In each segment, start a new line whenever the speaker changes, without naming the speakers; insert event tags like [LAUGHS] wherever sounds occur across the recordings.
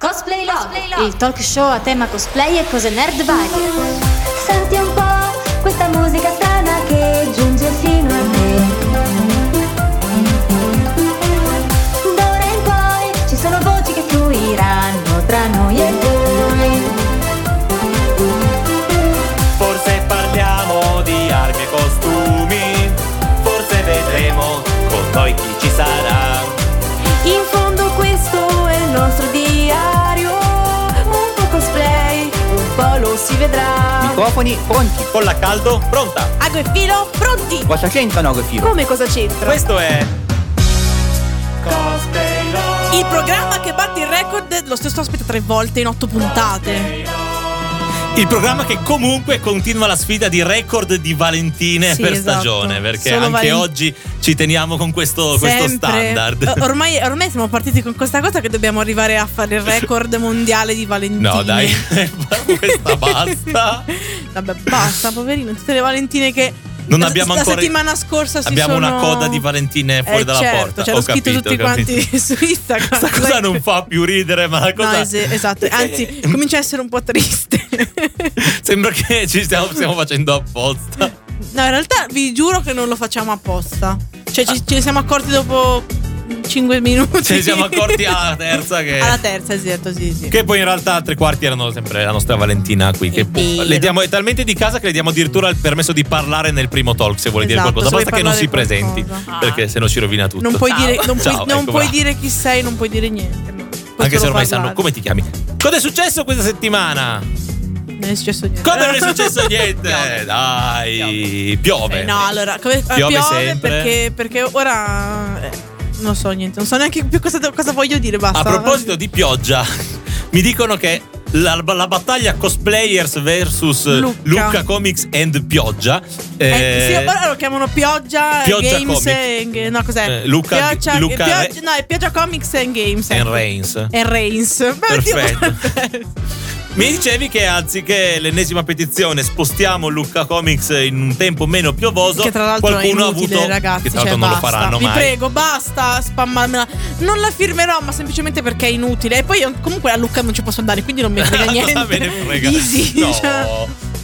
Cosplay Log, il talk show a tema cosplay e cose nerd varie.
Senti un po' questa musica strana che giunge fino a me. D'ora in poi ci sono voci che fluiranno tra noi e voi.
Forse parliamo di armi e costumi, forse vedremo con noi chi ci sarà.
In fondo questo è il nostro diario, un po' cosplay, un po' lo si vedrà.
Microfoni pronti.
Colla a caldo, pronta!
Ago e filo, pronti!
Cosa c'entrano che filo?
Come cosa c'entra?
Questo è. Cosplay Log.
Il programma che batte il record lo stesso ospite tre volte in otto puntate.
Il programma che comunque continua la sfida di record di Valentine
Sì,
per
esatto.
stagione, perché
Solo
anche
Valen-
oggi ci teniamo con questo, questo
Sempre.
standard.
O- Ormai, ormai siamo partiti con questa cosa che dobbiamo arrivare a fare il record mondiale di
[LAUGHS]
Valentine.
No, dai,
[LAUGHS]
[LAUGHS] questa basta.
Vabbè, basta, poverino. Tutte le Valentine che.
Non
la-
abbiamo
la
ancora-
settimana scorsa si
Abbiamo una
sono-
coda di Valentine fuori
Eh,
dalla
certo,
porta.
C'ero
Ho
scritto
capito,
tutti
ho capito.
quanti [LAUGHS] su Instagram.
Questa cosa non fa più ridere, ma la cosa. Eh.
No,
[LAUGHS]
es- esatto. Anzi, comincia a essere un po' triste. [LAUGHS]
Sembra che ci stiamo, stiamo facendo apposta.
no, in realtà vi giuro che non lo facciamo apposta. Cioè, ci- ce ne siamo accorti dopo 5 minuti.
Ce ne siamo accorti alla terza che.
[LAUGHS] Alla terza, esatto, sì, sì.
Che poi in realtà tre quarti erano sempre la nostra Valentina qui. Che
È vero.
le diamo, è talmente di casa che le diamo addirittura il permesso di parlare nel primo talk se vuole dire
Esatto,
qualcosa.
se vuoi
Basta che non si
parlare
presenti,
qualcosa.
perché se no ci rovina tutto.
Non puoi, dire, non puoi-
Ciao,
non
ecco,
puoi
bravo.
dire chi sei, non puoi dire niente. ma puoi
Anche se
solo
ormai
parlare.
sanno come ti chiami. Cosa è successo questa settimana?
Non è successo niente.
Come non è successo
[LAUGHS]
niente? Dai, piove.
Eh, no, allora, come, eh,
Piove
piove,
sempre.
perché, perché ora. eh, non so niente, non so neanche più cosa, cosa voglio dire. Basta.
A proposito di pioggia, [LAUGHS] mi dicono che la, la battaglia cosplayers versus Luca,
Lucca.
Comics and Pioggia.
Eh, sì,
eh,
ora lo chiamano Pioggia,
Pioggia
Games
Comics.
and- no cos'è?
Eh, Luca-
Pioggia,
Luca-
Pioggia- no, è Pioggia Comics and Games
and
ecco.
Reigns.
and Reigns. [LAUGHS] Beh, oddio,
Perfetto.
perfetto.
Mi dicevi che anziché l'ennesima petizione spostiamo Luca Comics in un tempo meno piovoso,
Che tra l'altro
qualcuno
è inutile,
ha avuto
ragazzi.
che tra
cioè,
l'altro non
basta.
lo faranno
Vi
mai.
prego, basta spammarmela. Non la firmerò, ma semplicemente perché è inutile. E poi io, comunque a Lucca non ci posso andare, quindi non
[LAUGHS]
mi frega niente.
Va bene, frega.
Easy.
No.
cioè.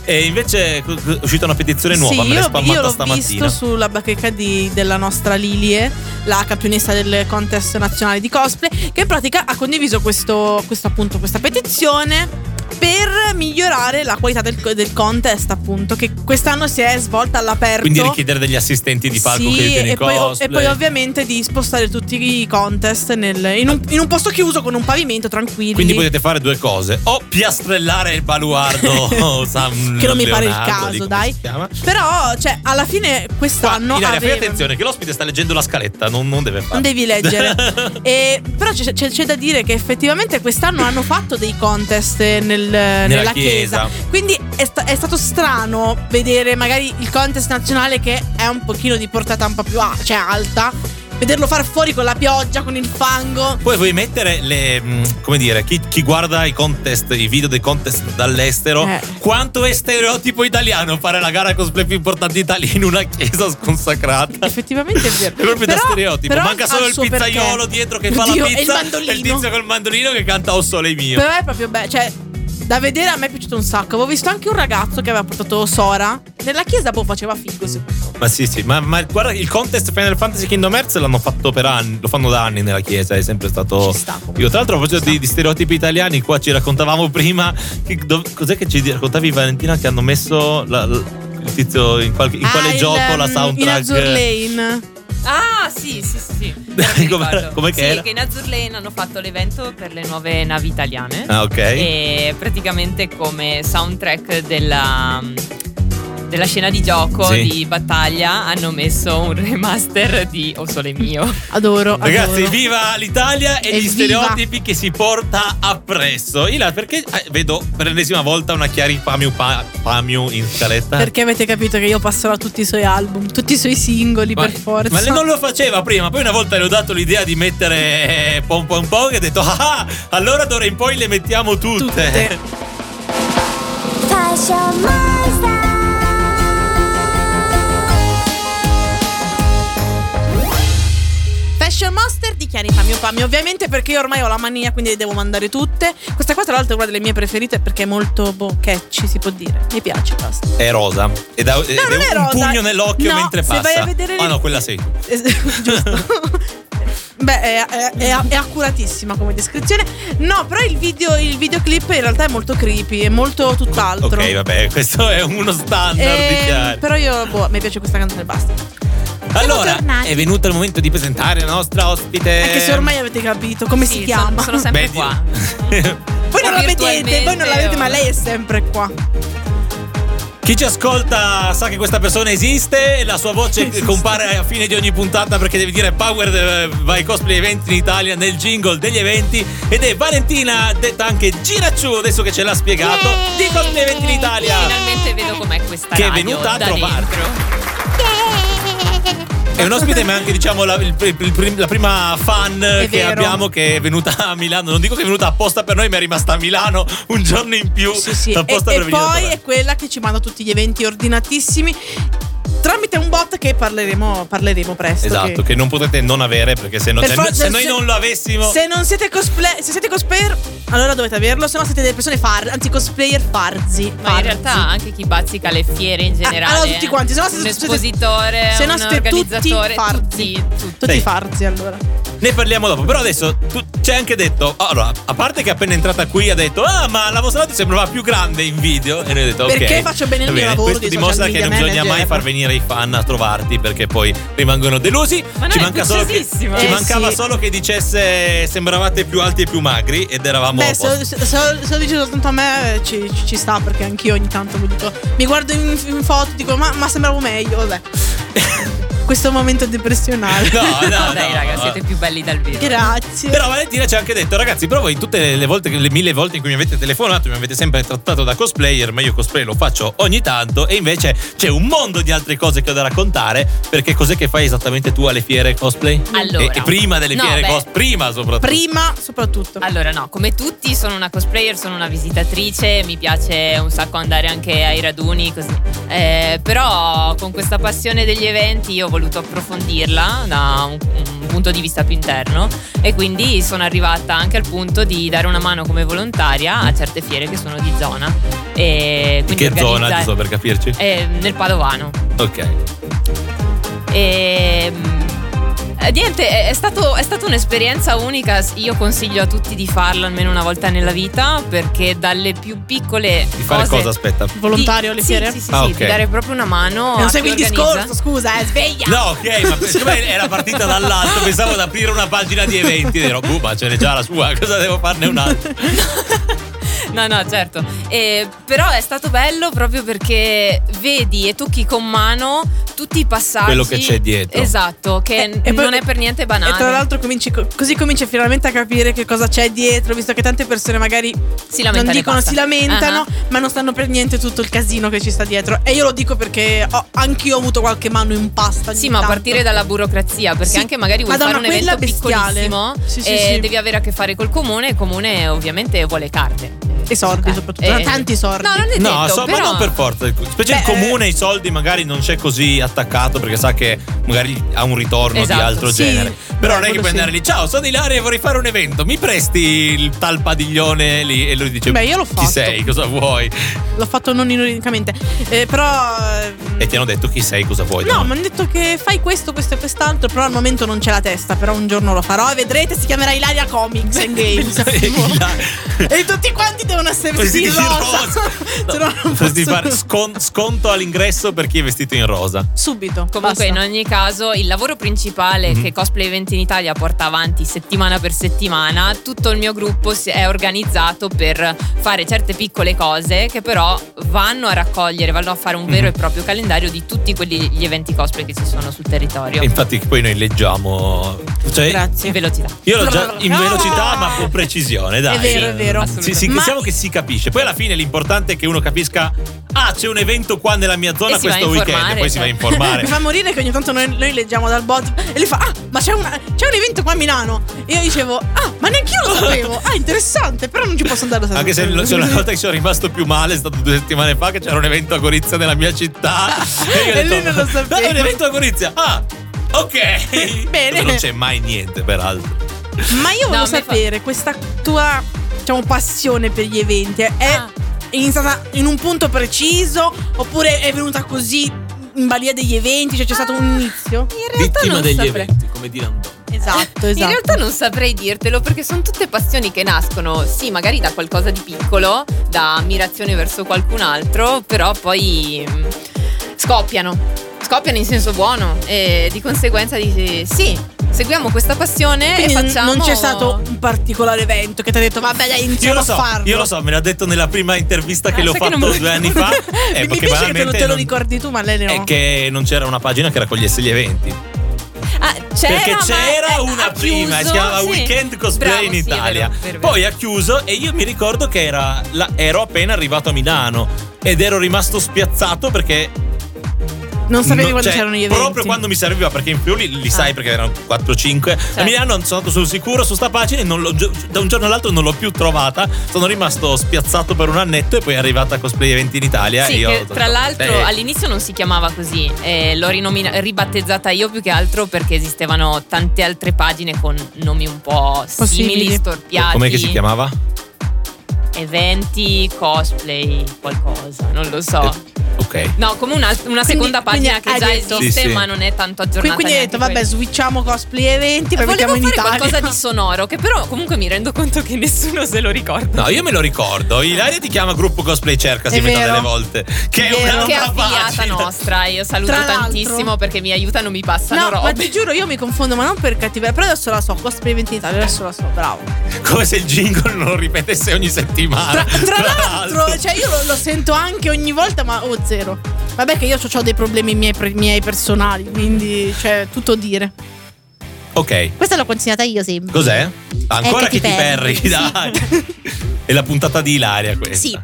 E invece co- co- è uscita una petizione nuova,
sì,
me l'hai
io,
spammata
io l'ho
stamattina.
visto sulla bacheca di- della nostra Lilie, la campionessa del contest nazionale di cosplay, che in pratica ha condiviso questo, questo, appunto, questa petizione per migliorare la qualità del, del contest, appunto, che quest'anno si è svolta all'aperto.
Quindi richiedere degli assistenti di palco
Certo. Sì,
che aiutino i
e poi,
cosplay.
e poi ovviamente di spostare tutti i contest nel- in, un, in un posto chiuso con un pavimento tranquillo.
Quindi potete fare due cose: o piastrellare il
[LAUGHS]
baluardo San
Che non mi pare il
Leonardo,
caso,
lì, come
dai.
si chiama.
Però, cioè, alla fine
Qua,
quest'anno.
in aria, fai
avevano-
attenzione che l'ospite sta leggendo la scaletta, non, non deve farlo.
Non devi
[LAUGHS]
leggere. E- però c'è, c'è- c'è da dire che effettivamente quest'anno hanno fatto dei contest nel- nella, chiesa.
chiesa.
Quindi è, sta- è stato strano vedere magari il contest nazionale che è un pochino di portata un po' più a- cioè alta. Vederlo far fuori con la pioggia, con il fango.
Poi vuoi mettere le. mh, come dire, chi, chi guarda i contest, i video dei contest dall'estero,
Eh.
quanto è stereotipo italiano fare la gara cosplay più importante d'Italia in una chiesa sconsacrata.
Effettivamente è vero.
[LAUGHS] È proprio da
Però-
stereotipo.
però
Manca
ha
solo il
suo
pizzaiolo
perché.
dietro che fa la
Oddio, e il
pizza
mandolino.
e il tizio col mandolino che canta O sole mio.
Però è proprio bello. Cioè, da vedere a me è piaciuto un sacco. Avevo visto anche un ragazzo che aveva portato Sora. Nella chiesa poi faceva figo. secondo me.
Ma sì, sì, ma, ma guarda, il contest Final Fantasy Kingdom Hearts l'hanno fatto per anni, lo fanno da anni nella chiesa, è sempre stato.
Ci sta, comunque.
Io, tra l'altro, a proposito
Ci
di, di stereotipi italiani, qua ci raccontavamo prima. Che, dov- cos'è che ci raccontavi, Valentina? Che hanno messo la- la- il tizio in, qualche- in
Ah,
quale
il,
gioco la
um, In
soundtrack?
Azur Lane.
Ah, sì,
[LAUGHS]
sì, sì. sì.
Dai,
Mi
com'è-
ricordo.
com'è che
Sì,
era?
che in Azur Lane hanno fatto l'evento per le nuove navi italiane.
Ah, ok.
E praticamente come soundtrack della. Della scena di gioco
Sì.
di battaglia hanno messo un remaster di
[LAUGHS]
O Sole Mio.
Adoro.
Ragazzi,
adoro.
viva l'Italia e gli
Evviva.
stereotipi che si porta appresso. Ila, perché eh, vedo per l'ennesima volta una Chiari Pamiu, pa- Pamiu in scaletta?
Perché avete capito che io passerò tutti i suoi album, tutti i suoi singoli per forza.
Ma lei non lo faceva prima, poi una volta le ho dato l'idea di mettere eh, pom pom pom e ho detto ah, allora d'ora in poi le mettiamo tutte.
Tutte.
Fashion Monster.
Fashion Monster di Chiari, Chiari, fammi un fammi. Ovviamente perché io ormai ho la mania, quindi le devo mandare tutte. Questa qua, tra l'altro, è una delle mie preferite perché è molto boh, catchy, si può dire. Mi piace, basta. [LAUGHS]
È rosa. E da, ed
non
è
è
un
rosa.
pugno nell'occhio
No,
mentre
se
passa.
vai a vedere
Ah,
le-
no, quella sei tu.
Es- Giusto. [LAUGHS] Beh, è, è- è- è accuratissima come descrizione. No, però il, video, il videoclip in realtà è molto creepy, è molto tutt'altro.
Ok, vabbè, questo è uno standard di
Ehm,
Chiari.
però io, boh, mi piace questa canzone, basta.
Allora,
tornati.
è venuto il momento di presentare la nostra ospite.
Anche se
[LAUGHS]
ormai avete capito come
Sì,
si chiama.
Sono, sono sempre
Beh,
qua.
di-
Voi non la vedete,
virtualmente,
voi non la vedete,
oh.
ma lei è sempre qua.
Chi ci ascolta sa che questa persona esiste e la sua voce compare a fine di ogni puntata perché deve dire Power eh, by Cosplay Event in Italia nel jingle degli eventi ed è Valentina, detta anche Giracciù, adesso che ce l'ha spiegato, di Cosplay Event in Italia.
Finalmente vedo com'è questa
Che è
radio
venuta a
da
trovarti.
dentro.
È un ospite ma è anche diciamo la, il- il prim- la prima fan che
vero.
abbiamo che è venuta a Milano, non dico che è venuta apposta per noi ma è rimasta a Milano un giorno in più
Sì, sì. E,
apposta
e
per venire a
poi
trovare.
è quella che ci manda tutti gli eventi ordinatissimi tramite un bot che parleremo, parleremo presto.
Esatto, che non potete non avere perché se, no-
Per
cioè,
forza-
se noi non lo avessimo...
Se non siete cosplay, se siete cosplayer, allora dovete averlo, se no siete delle persone far, anzi cosplayer farzi. Ah,
Ma in realtà anche chi bazzica le fiere in generale.
allora tutti quanti, se no siete-
un
siete-
espositore,
se no
un
siete tutti
organizzatore,
farzi.
tutti, tutti.
tutti
Sì.
farzi allora.
Ne parliamo dopo, però adesso tu ci hai anche detto, allora, a parte che appena entrata qui ha detto, ah ma la vostra radio sembrava più grande in video e noi ho detto, ok.
Perché faccio bene il
va
mio lavoro
Questo
di
dimostra
social
che non
media
bisogna
manager.
mai far venire i fan a trovarti perché poi rimangono delusi.
Ma no,
ci
è
manca solo che, ci
preziosissimo.
Eh,
mancava
sì.
solo che dicesse sembravate più alti e più magri ed eravamo a
Beh,
posto.
se, se- se- se lo dici soltanto a me eh, ci, ci- ci sta perché anch'io ogni tanto mi dico, mi guardo in, in foto dico ma, ma sembravo meglio, vabbè. [LAUGHS] Questo momento depressionale.
[LAUGHS] No, Ah, no,
No, dai,
no.
raga, siete più belli dal vivo.
[LAUGHS] Grazie.
Però Valentina ci ha anche detto, ragazzi, però voi tutte le volte, le mille volte in cui mi avete telefonato, mi avete sempre trattato da cosplayer, ma io cosplay lo faccio ogni tanto e invece c'è un mondo di altre cose che ho da raccontare, perché cos'è che fai esattamente tu alle fiere cosplay?
Allora.
E, e prima delle
No,
fiere
beh.
cosplay, prima soprattutto.
Prima soprattutto.
Allora, no, come tutti sono una cosplayer, sono una visitatrice, mi piace un sacco andare anche ai raduni, così. Eh, però con questa passione degli eventi io ho voluto approfondirla da un, un punto di vista più interno e quindi sono arrivata anche al punto di dare una mano come volontaria a certe fiere che sono di zona. E
Di
quindi
che zona,
organizzare-
giusto per capirci?
Eh, nel Padovano.
Ok.
E, mm, eh, niente, è, è stato- è stata un'esperienza unica. S- Io consiglio a tutti di farlo almeno una volta nella vita perché dalle più piccole
Di fare
cose
cosa aspetta?
Volontario
di-
alle
sì,
fiere?
Sì, sì,
Ah,
sì,
ok.
di dare proprio una mano. a
Non
chi
segui il
organizza.
discorso, scusa, eh, sveglia.
No, ok, ma siccome era partita dall'alto, pensavo ad aprire una pagina di eventi, ero, "Uh, ma ce n'è già la sua, cosa devo farne un'altra?
No, no, certo. Eh, però è stato bello proprio perché vedi e tocchi con mano tutti i passaggi.
Quello che c'è dietro.
Esatto, che
[LAUGHS] Eh, E- e poi-
non è per niente banale.
E tra l'altro cominci, co- così cominci finalmente a capire che cosa c'è dietro, visto che tante persone magari
si
non
lamentano e
dicono,
basta.
si lamentano,
Ah, ah.
ma non stanno per niente tutto il casino che ci sta dietro. E io lo dico perché ho, anch'io ho avuto qualche mano in pasta. ogni
Sì, ma a
tanto.
partire dalla burocrazia, perché
Sì.
anche magari vuoi
Madonna,
fare un
quella
evento
bestiale.
piccolissimo
Sì, sì,
e
sì.
devi avere a che fare col comune, il comune ovviamente vuole carte.
E sordi soprattutto,
Eh,
tanti sordi.
No, non è
No,
detto,
so-
però
ma non per forza. Specie
Beh,
il comune, i soldi magari non c'è così attaccato perché sa che magari ha un ritorno
Esatto,
di altro
sì.
genere.
Beh,
Però non è che
quello
puoi andare
sì.
lì, ciao, sono Ilaria e vorrei fare un evento, mi presti il tal padiglione lì? E lui dice,
Beh, io l'ho
chi
fatto.
sei, cosa vuoi?
L'ho fatto non ironicamente. Eh, però. ehm,
E ti hanno detto chi sei, cosa vuoi.
No, mi hanno detto che fai questo, questo e quest'altro, però al momento non c'è la testa, però un giorno lo farò e vedrete, si chiama Ilaria Comics
[LAUGHS]
[LAUGHS]
and Games. e tutti quanti devono essere [LAUGHS] vestiti in rosa. [LAUGHS] Se no non
Potresti
posso-
fare scon- sconto all'ingresso per chi è vestito in rosa.
Subito.
Comunque,
basta.
in ogni caso, il lavoro principale
Mm-hmm.
che Cosplay Event in Italia porta avanti settimana per settimana, tutto il mio gruppo si è organizzato per fare certe piccole cose che però vanno a raccogliere, vanno a fare un vero
Mhm.
e proprio calendario di tutti quelli- gli eventi cosplay che ci sono sul territorio.
E infatti poi noi leggiamo. Cioè,
In
Grazie.
velocità.
Io l'ho già in
Ah!
velocità, ma con precisione, dai.
È vero, è vero.
Sì, sì,
Ma-
diciamo che si capisce. Poi alla fine l'importante è che uno capisca: ah, c'è un evento qua nella mia zona
E si va a
questo weekend.
informare,
Poi si va a
cioè.
informare.
Mi [LAUGHS] fa morire che ogni tanto noi, noi leggiamo dal bot e lui fa: Ah, ma c'è, una- c'è un evento qua a Milano. E io dicevo: Ah, ma neanche io lo sapevo. Ah, interessante, però non ci posso andare a sapere.
[LAUGHS] Anche se lo- c'è
[LAUGHS]
una volta che ci sono rimasto più male, è stato due settimane fa
[LAUGHS]
che c'era un evento a Gorizia nella mia città. [LAUGHS] io ho
E lui non lo sapeva.
"Dai, un evento a Gorizia. Ah! Ok.
[LAUGHS] Bene.
Dove Non c'è mai niente, peraltro.
Ma io voglio
No, mi fa-
sapere, questa tua diciamo, passione per gli eventi è
Ah.
iniziata in un punto preciso oppure è venuta così in balia degli eventi? Cioè c'è stato un
Ah.
inizio?
In realtà non saprei.
come dire un don.
Esatto,
In realtà non saprei dirtelo perché sono tutte passioni che nascono, sì, magari da qualcosa di piccolo, da ammirazione verso qualcun altro, però poi mm, scoppiano. Scoppiano in senso buono e di conseguenza dici sì, seguiamo questa passione
Quindi
e
eh, non-
facciamo
non c'è stato un particolare evento che ti ha detto vabbè dai
Io
iniziamo
lo so,
a Diciamo farlo.
io lo so, me l'ha detto nella prima intervista che
Ah,
l'ho
sai che non
fatto
me lo
due anni
ricordo.
fa. Eh,
[LAUGHS]
perché
Mi dispiace che te lo,
banalmente
te lo
non-
ricordi tu ma lei no.
È che non c'era una pagina che raccogliesse gli eventi.
Ah, c'era,
perché
ma-
c'era
eh,
una
ha chiuso,
prima, si chiamava
sì.
Weekend Cosplay
Bravo,
in
sì, è vero,
Italia.
vero, vero.
Poi ha chiuso e io mi ricordo che era la- ero appena arrivato a Milano ed ero rimasto spiazzato perché
Non sapevi
No,
quando
cioè,
c'erano gli eventi.
Proprio quando mi serviva, perché in Friuli li sai perché erano 4-5. A
Ah. Certo.
Milano sono andato sul sicuro su sta pagina e non l'ho gio- da un giorno all'altro non l'ho più trovata. Sono rimasto spiazzato per un annetto e poi è arrivata Cosplay Eventi in Italia. e
Sì,
Eh, io
che tra l'altro
Eh,
all'inizio non si chiamava così, eh, l'ho rinomina- ribattezzata io più che altro perché esistevano tante altre pagine con nomi un po'
Possibili.
simili, storpiati.
Com'è che si chiamava?
Eventi, cosplay, qualcosa, non lo so.
Eh. Ok.
No, come una, una seconda pagina
quindi
che
hai
già
detto-
esiste,
Sì, sì.
ma non è tanto aggiornata.
Quindi, quindi hai detto
neanche
vabbè
quella.
switchiamo cosplay e eventi poi
Volevo
mettiamo in
fare
Italia.
qualcosa
[LAUGHS]
di sonoro, che però comunque mi rendo conto che nessuno se lo ricorda.
No, io me lo ricordo. Ilaria ti chiama gruppo cosplay cerca, si
È
metà
vero.
delle volte. Che è,
Vero.
un'altra
Che affiliata
pagina.
nostra, io saluto
Tra l'altro-
tantissimo perché mi aiutano, mi passano
No, ma [LAUGHS]
robe.
ti giuro, io mi confondo, ma non per cattiveria. Però adesso la so, cosplay 20 in Italia, adesso la so, bravo.
Come se il jingle non lo ripetesse ogni settimana.
Tra, tra l'altro, cioè io lo, lo sento anche ogni volta, ma oh, zero. Vabbè che io ho dei problemi miei, pre- miei personali, quindi cioè tutto dire.
Ok.
Questa l'ho consegnata io sempre.
Cos'è? Ancora
Katy
che ti
Perry.
perri, dai. È la puntata di Ilaria questa.
Sì.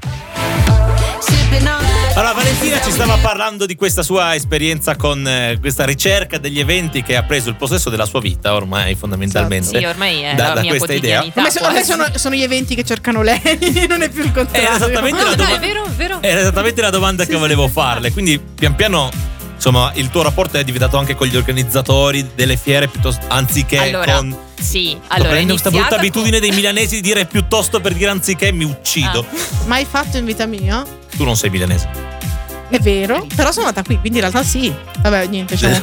Allora, Valentina ci stava parlando di questa sua esperienza con eh, questa ricerca degli eventi che ha preso il possesso della sua vita ormai, fondamentalmente.
Sì, ormai è
Da-
la
da
mia
questa idea.
quotidianità.
Ormai, so-
può
ormai
essere.
sono, sono gli eventi che cercano lei, [LAUGHS] non è più il contrario.
Era esattamente
No,
la
no,
domanda.
è vero, è vero.
Era esattamente la domanda che volevo farle. Quindi, pian piano, insomma, il tuo rapporto è diventato anche con gli organizzatori delle fiere, piuttosto, anziché
allora,
con.
sì,
Sto
allora è
prendendo questa brutta
iniziata
abitudine dei milanesi di dire piuttosto per dire anziché mi uccido.
Ah.
Mai fatto in vita mia?
Tu non sei milanese.
È vero, però sono nata qui, quindi in realtà sì. Vabbè,
[LAUGHS]
niente, cioè.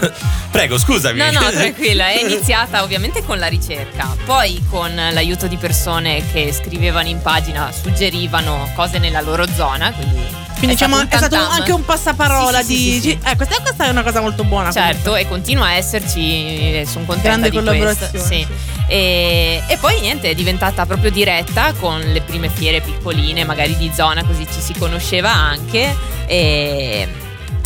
Prego, scusami. [LAUGHS]
No, no, tranquilla, è iniziata ovviamente con la ricerca, poi con l'aiuto di persone che scrivevano in pagina, suggerivano cose nella loro zona, quindi...
Quindi diciamo è stato
tam-tam.
anche un passaparola
Sì, sì,
di.
sì, sì, sì.
Eh, questa, questa è una cosa molto buona.
Certo, e continua a esserci, e sono contenta
Grande
di
collaborazione.
questo. Sì. E, e poi niente, è diventata proprio diretta con le prime fiere piccoline, magari di zona, così ci si conosceva anche. E,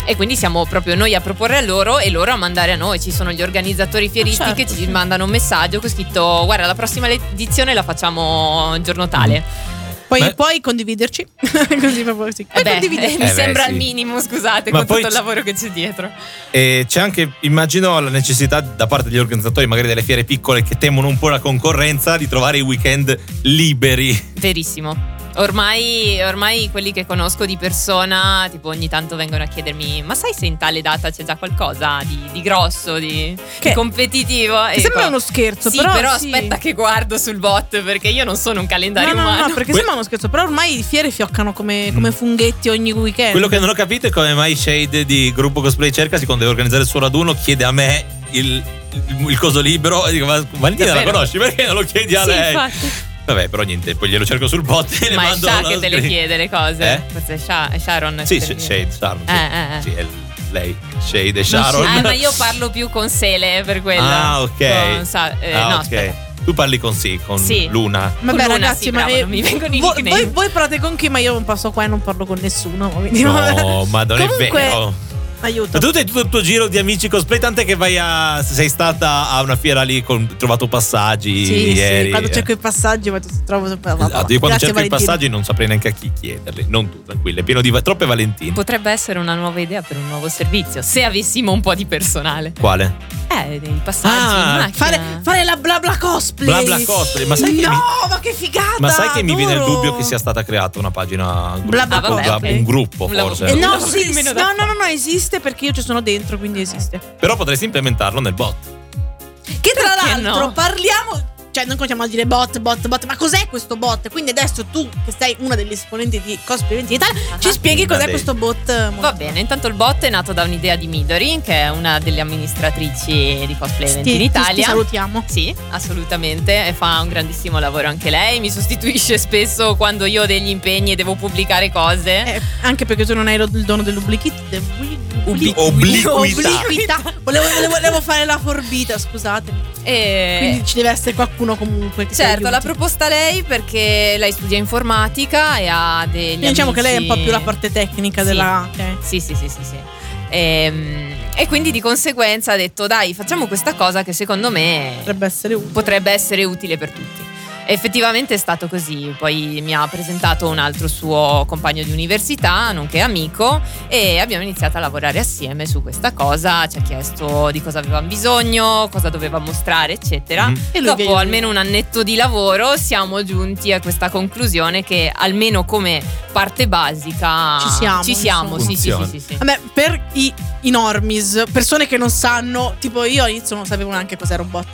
e quindi siamo proprio noi a proporre a loro e loro a mandare a noi. Ci sono gli organizzatori fieristi
Certo,
che ci mandano un messaggio con scritto: Guarda, la prossima edizione la facciamo giorno tale.
Poi
Beh.
puoi condividerci. [LAUGHS] Così proprio sì. Puoi
Eh beh,
condividere.
[LAUGHS] mi
Eh beh,
sembra
sì.
il minimo, scusate,
Ma
con
poi
tutto il
ci-
lavoro che c'è dietro.
E c'è anche, immagino, la necessità da parte degli organizzatori, magari delle fiere piccole che temono un po' la concorrenza, di trovare i weekend liberi.
Verissimo. Ormai, ormai quelli che conosco di persona, tipo ogni tanto vengono a chiedermi: Ma sai se in tale data c'è già qualcosa di, di grosso, di,
Che-
di competitivo?
Ti
E
sembra
dico,
uno scherzo,
ecco. sì,
però.
però,
sì.
aspetta che guardo sul bot perché io non sono un
No,
calendario
no,
umano.
no, perché
Que-
sembra uno scherzo, però ormai i fiere fioccano come, come funghetti ogni
Eh.
weekend.
Mm. Quello che non ho capito è come mai Shade di gruppo cosplay cerca, siccome deve organizzare il suo raduno, chiede a me il, il- il coso libero e dico, ma Valentina la
Davvero?
conosci, perché non lo chiedi a
Sì,
lei?
infatti.
Vabbè, però niente, poi glielo cerco sul bot e le
Ma è
mando
Sha
la
che te le
screen.
chiede le cose.
Eh?
Forse è Sha- è Sharon.
Sì,
che te
Sh-
le
Shade,
chiede.
Sharon. sì.
Eh, eh, eh.
Sì, è lei, Shade e Sharon.
Ah, ma
[LAUGHS]
io parlo più con Sele eh, per quello.
Ah, ok.
Con Sa- eh,
Ah,
no,
ok.
aspetta.
Tu parli con sì, con
Sì. [LAUGHS]
Luna.
Vabbè,
Luna,
ragazzi,
sì,
ma
bravo,
eh,
non mi vengono i
voi,
nickname.
voi- voi parlate con chi, ma io non passo qua e non parlo con nessuno. [LAUGHS] quindi-
No, ma non
Comunque,
è vero.
Aiuto.
Ma tu hai tutto il tuo giro di amici cosplay, tant'è che vai a. Sei stata a una fiera lì, con, hai trovato passaggi.
Sì,
ieri.
sì, quando cerco i passaggi, ma trovo sempre la
Esatto, io quando
Grazie,
cerco i
Valentina.
passaggi non saprei neanche a chi chiederli. Non tu, tranquillo. È pieno di va- troppe Valentine.
Potrebbe essere una nuova idea per un nuovo servizio, se avessimo un po' di personale.
Quale?
Eh, dei passaggi
Ah,
in macchina.
[LAUGHS] Fare, fare la bla bla cosplay.
Bla bla cosplay, ma sai che
no,
mi-
ma che figata!
Ma sai che mi viene il
adoro. Eh,
dubbio che sia stata creata una pagina un gruppo,
Bla bla
Ah, vabbè,
bla-
ok.
un gruppo
Un lavoro.
forse.
Eh, no,
No,
sì,
almeno
sì, no,
da-
no, no, no, esiste perché io ci sono dentro, quindi esiste.
Però potresti implementarlo nel bot.
Che tra
Perché
l'altro
no?
parliamo. Cioè, non continuiamo a dire bot, bot, bot, ma cos'è questo bot? Quindi adesso tu, che sei una degli esponenti di Cosplay 20 Italia, ci spieghi
Una
cos'è
dei-
questo bot. eh,
Ah, Va bene, intanto il bot è nato da un'idea di Midori, che è una delle amministratrici di Cosplay
Ti,
Event in
ti- ti
Italia.
salutiamo.
Sì, assolutamente, e fa un grandissimo lavoro anche lei, mi sostituisce spesso quando io ho degli impegni e devo pubblicare cose.
Eh, anche perché tu non hai lo- il dono dell'ubliquità.
Ubli- obliquità.
Volevo, volevo- volevo fare la forbita, scusate.
E-
Eh, Quindi ci deve essere qualcuno comunque. Che ti
Eh. Certo, l'ha
aiuti.
proposta lei perché lei studia informatica e ha degli
Quindi Diciamo che lei è un po'
amici-
più la parte tecnica
Sì.
della. ok.
Sì, sì, sì, sì, sì. Ehm, E, quindi di conseguenza ha detto dai, facciamo questa cosa che secondo me
Potrebbe essere utile.
potrebbe essere utile per tutti. Effettivamente è stato così, poi mi ha presentato un altro suo compagno di università, nonché amico, e abbiamo iniziato a lavorare assieme su questa cosa, ci ha chiesto di cosa avevamo bisogno, cosa doveva mostrare, eccetera.
Mhm.
E lui vi
Dopo
aiuta.
almeno un annetto di lavoro siamo giunti a questa conclusione che almeno come parte basica
Ci siamo,
ci siamo, sì, sì,
Funziona.
sì, sì, sì.
Vabbè, per i, i normis, persone che non sanno, tipo io all'inizio non sapevo neanche cos'era un bot.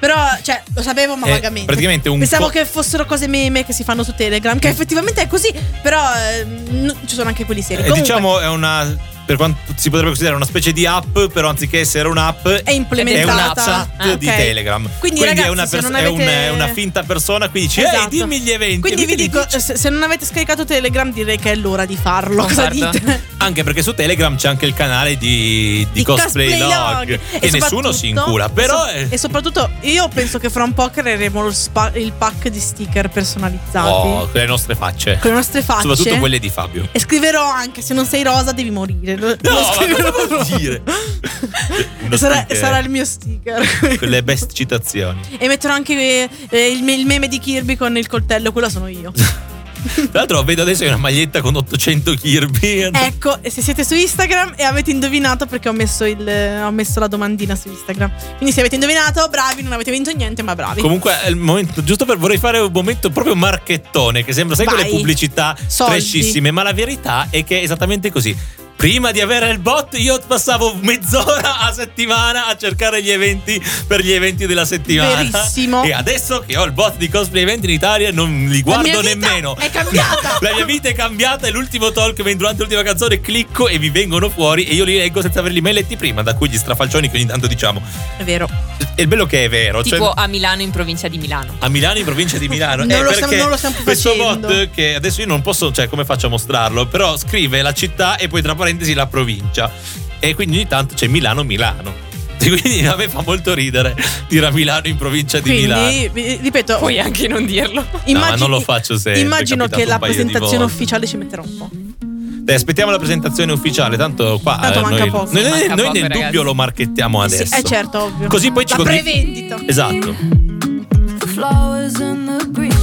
Però, cioè, lo sapevo, ma
È
vagamente.
Eh, praticamente un
Pensavo
co- Mm.
che fossero cose meme che si fanno su Telegram, che effettivamente è così, però eh, no- ci sono anche quelli seri.
Eh,
Comunque,
diciamo è una per quanto si potrebbe considerare una specie di app, però anziché essere un'app
è
è
implementata.
una chat
Ah,
di
ok.
Telegram.
Quindi, ragazzi,
è, una
se non
è un-
avete-
è una finta persona qui dice
Esatto.
"Ehi, Cioè, dimmi gli eventi".
Quindi
e
vi
te li
dico,
dici.
se se non avete scaricato Telegram direi che è l'ora di farlo. Cosa
Concordo.
dite?
Anche perché su Telegram c'è anche il canale di, di
eh, Di
Cosplay Log. E, nessuno
soprattutto-
si incura. Però
e, so-
è-
e soprattutto io penso che fra un po' creeremo lo spa- il pack di sticker personalizzati
Oh, le nostre facce.
con le nostre facce.
Soprattutto quelle di
[LAUGHS]
Fabio.
E scriverò anche se non sei rosa devi morire. Lo-
No,
lo
ma
scriverò.
cosa vuol
[LAUGHS]
dire? Uno
sarà,
sticker.
sarà il mio sticker.
[LAUGHS] Quelle best citazioni.
[LAUGHS] E metterò anche eh, il, me- il meme di Kirby con il coltello, quello
[LAUGHS]
sono io.
Tra l'altro vedo adesso che è una maglietta con 800 Kirby.
ecco, e se siete su Instagram e avete indovinato perché ho messo, il- ho messo la domandina su Instagram. Quindi se avete indovinato, bravi, non avete vinto niente, ma bravi.
Comunque è il momento giusto per vorrei fare un momento proprio marchettone che sembra sai
Vai.
quelle pubblicità
Soldi.
frescissime, ma la verità è che è esattamente così. Prima di avere il bot io passavo mezz'ora a settimana a cercare gli eventi per gli eventi della settimana.
Verissimo.
E adesso che ho il bot di cosplay event in Italia non li guardo
mia vita
nemmeno.
è
[LAUGHS]
cambiata.
la mia vita è cambiata e l'ultimo talk mentre- durante l'ultima canzone clicco e mi vengono fuori e io li leggo senza averli mai letti prima, da cui gli strafalcioni che ogni tanto diciamo.
È vero.
E il bello che è vero, cioè-
Tipo a Milano in provincia di Milano.
a Milano in provincia di Milano
Non
Eh,
lo stiamo-
perché
non lo stiamo più
questo
facendo.
bot che adesso io non posso cioè come faccio a mostrarlo però scrive la città e poi tra parentesi la provincia e quindi ogni tanto c'è Milano Milano [LAUGHS] E quindi a me fa molto ridere dire a Milano in provincia di Milano
Quindi, vi- ripeto,
Puoi anche non dirlo.
ma non lo faccio sempre,
Immagino
è capitato
che
un
la
paio di
presentazione
volte.
ufficiale ci metterà un po'.
Beh, aspettiamo la presentazione ufficiale tanto qua
Tanto
eh,
manca
noi,
poco.
noi- noi
Manca
nel
poco,
dubbio
ragazzi.
lo marchettiamo
Sì,
adesso
eh certo, ovvio.
così poi ci
La
contri-
prevendita.
esatto
Flowers in the breeze.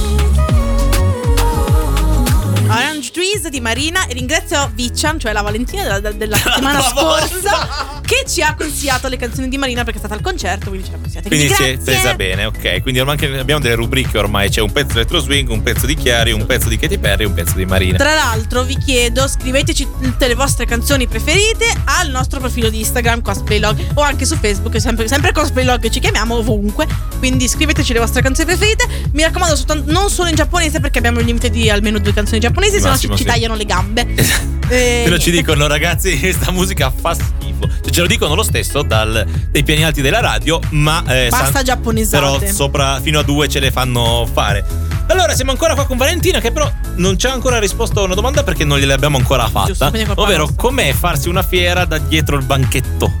Orange Trees di Marina e ringrazio Vichan, cioè la Valentina della, della- della settimana
L'altra
scorsa, che ci ha consigliato le canzoni di Marina perché è stata al concerto, quindi ce l'ha consigliate.
Quindi si è
grazie.
presa bene, ok. Quindi ormai anche- abbiamo delle rubriche ormai, c'è un pezzo di Electro Swing, un pezzo di Chiari, un pezzo di Katy Perry, un pezzo di Marina.
Tra l'altro vi chiedo, scriveteci tutte le vostre canzoni preferite al nostro profilo di Instagram Cosplaylog o anche su Facebook, è sempre, sempre Cosplaylog ci chiamiamo ovunque, quindi scriveteci le vostre canzoni preferite. Mi raccomando soltanto- non solo in giapponese perché abbiamo il limite di almeno due canzoni giapponesi, se no ci,
Massimo,
ci
sì.
tagliano le gambe.
[LAUGHS]
Eh,
Te lo ci dicono ragazzi, [LAUGHS] questa musica fa schifo. Cioè, ce lo dicono lo stesso dal, dai piani alti della radio, ma eh,
Basta
san-
giapponesate.
però sopra fino a due ce le fanno fare. Allora, siamo ancora qua con Valentina che però non ci ha ancora risposto a una domanda perché non gliel'abbiamo ancora
Giusto,
fatta.
quindi è colpa
ovvero,
nostra.
com'è farsi una fiera da dietro il banchetto?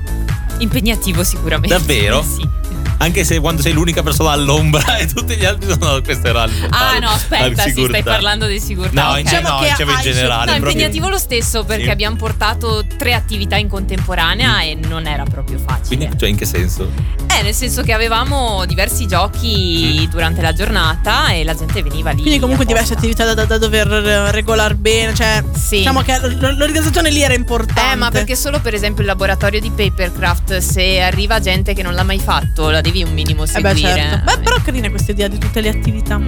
Impegnativo sicuramente.
Davvero?
Sì.
anche se quando sei l'unica persona all'ombra [LAUGHS] e tutti gli altri sono. Questo era al,
Ah
al-
no,
al
aspetta, sì,
Sigurtà.
stai parlando dei sicurtà.
No,
ok.
in-
Diciamo
no,
che
dicevo in
hai-
generale.
No, è
proprio-
impegnativo lo stesso perché
Sì. Mm.
abbiamo portato tre attività in contemporanea e non era proprio facile.
Quindi, cioè, in che senso?
Eh, nel senso che avevamo diversi
Mm.
giochi durante la giornata e la gente veniva lì.
Quindi comunque diverse
apposta.
attività da, da- da dover regolare bene, cioè
Sì.
diciamo che l- l'organizzazione lì era importante.
Eh, ma perché solo per esempio il laboratorio di Papercraft, se arriva gente che non l'ha mai fatto, la devi un minimo
Eh beh,
seguire. Mm,
certo. Beh, però carina questa idea di tutte le attività.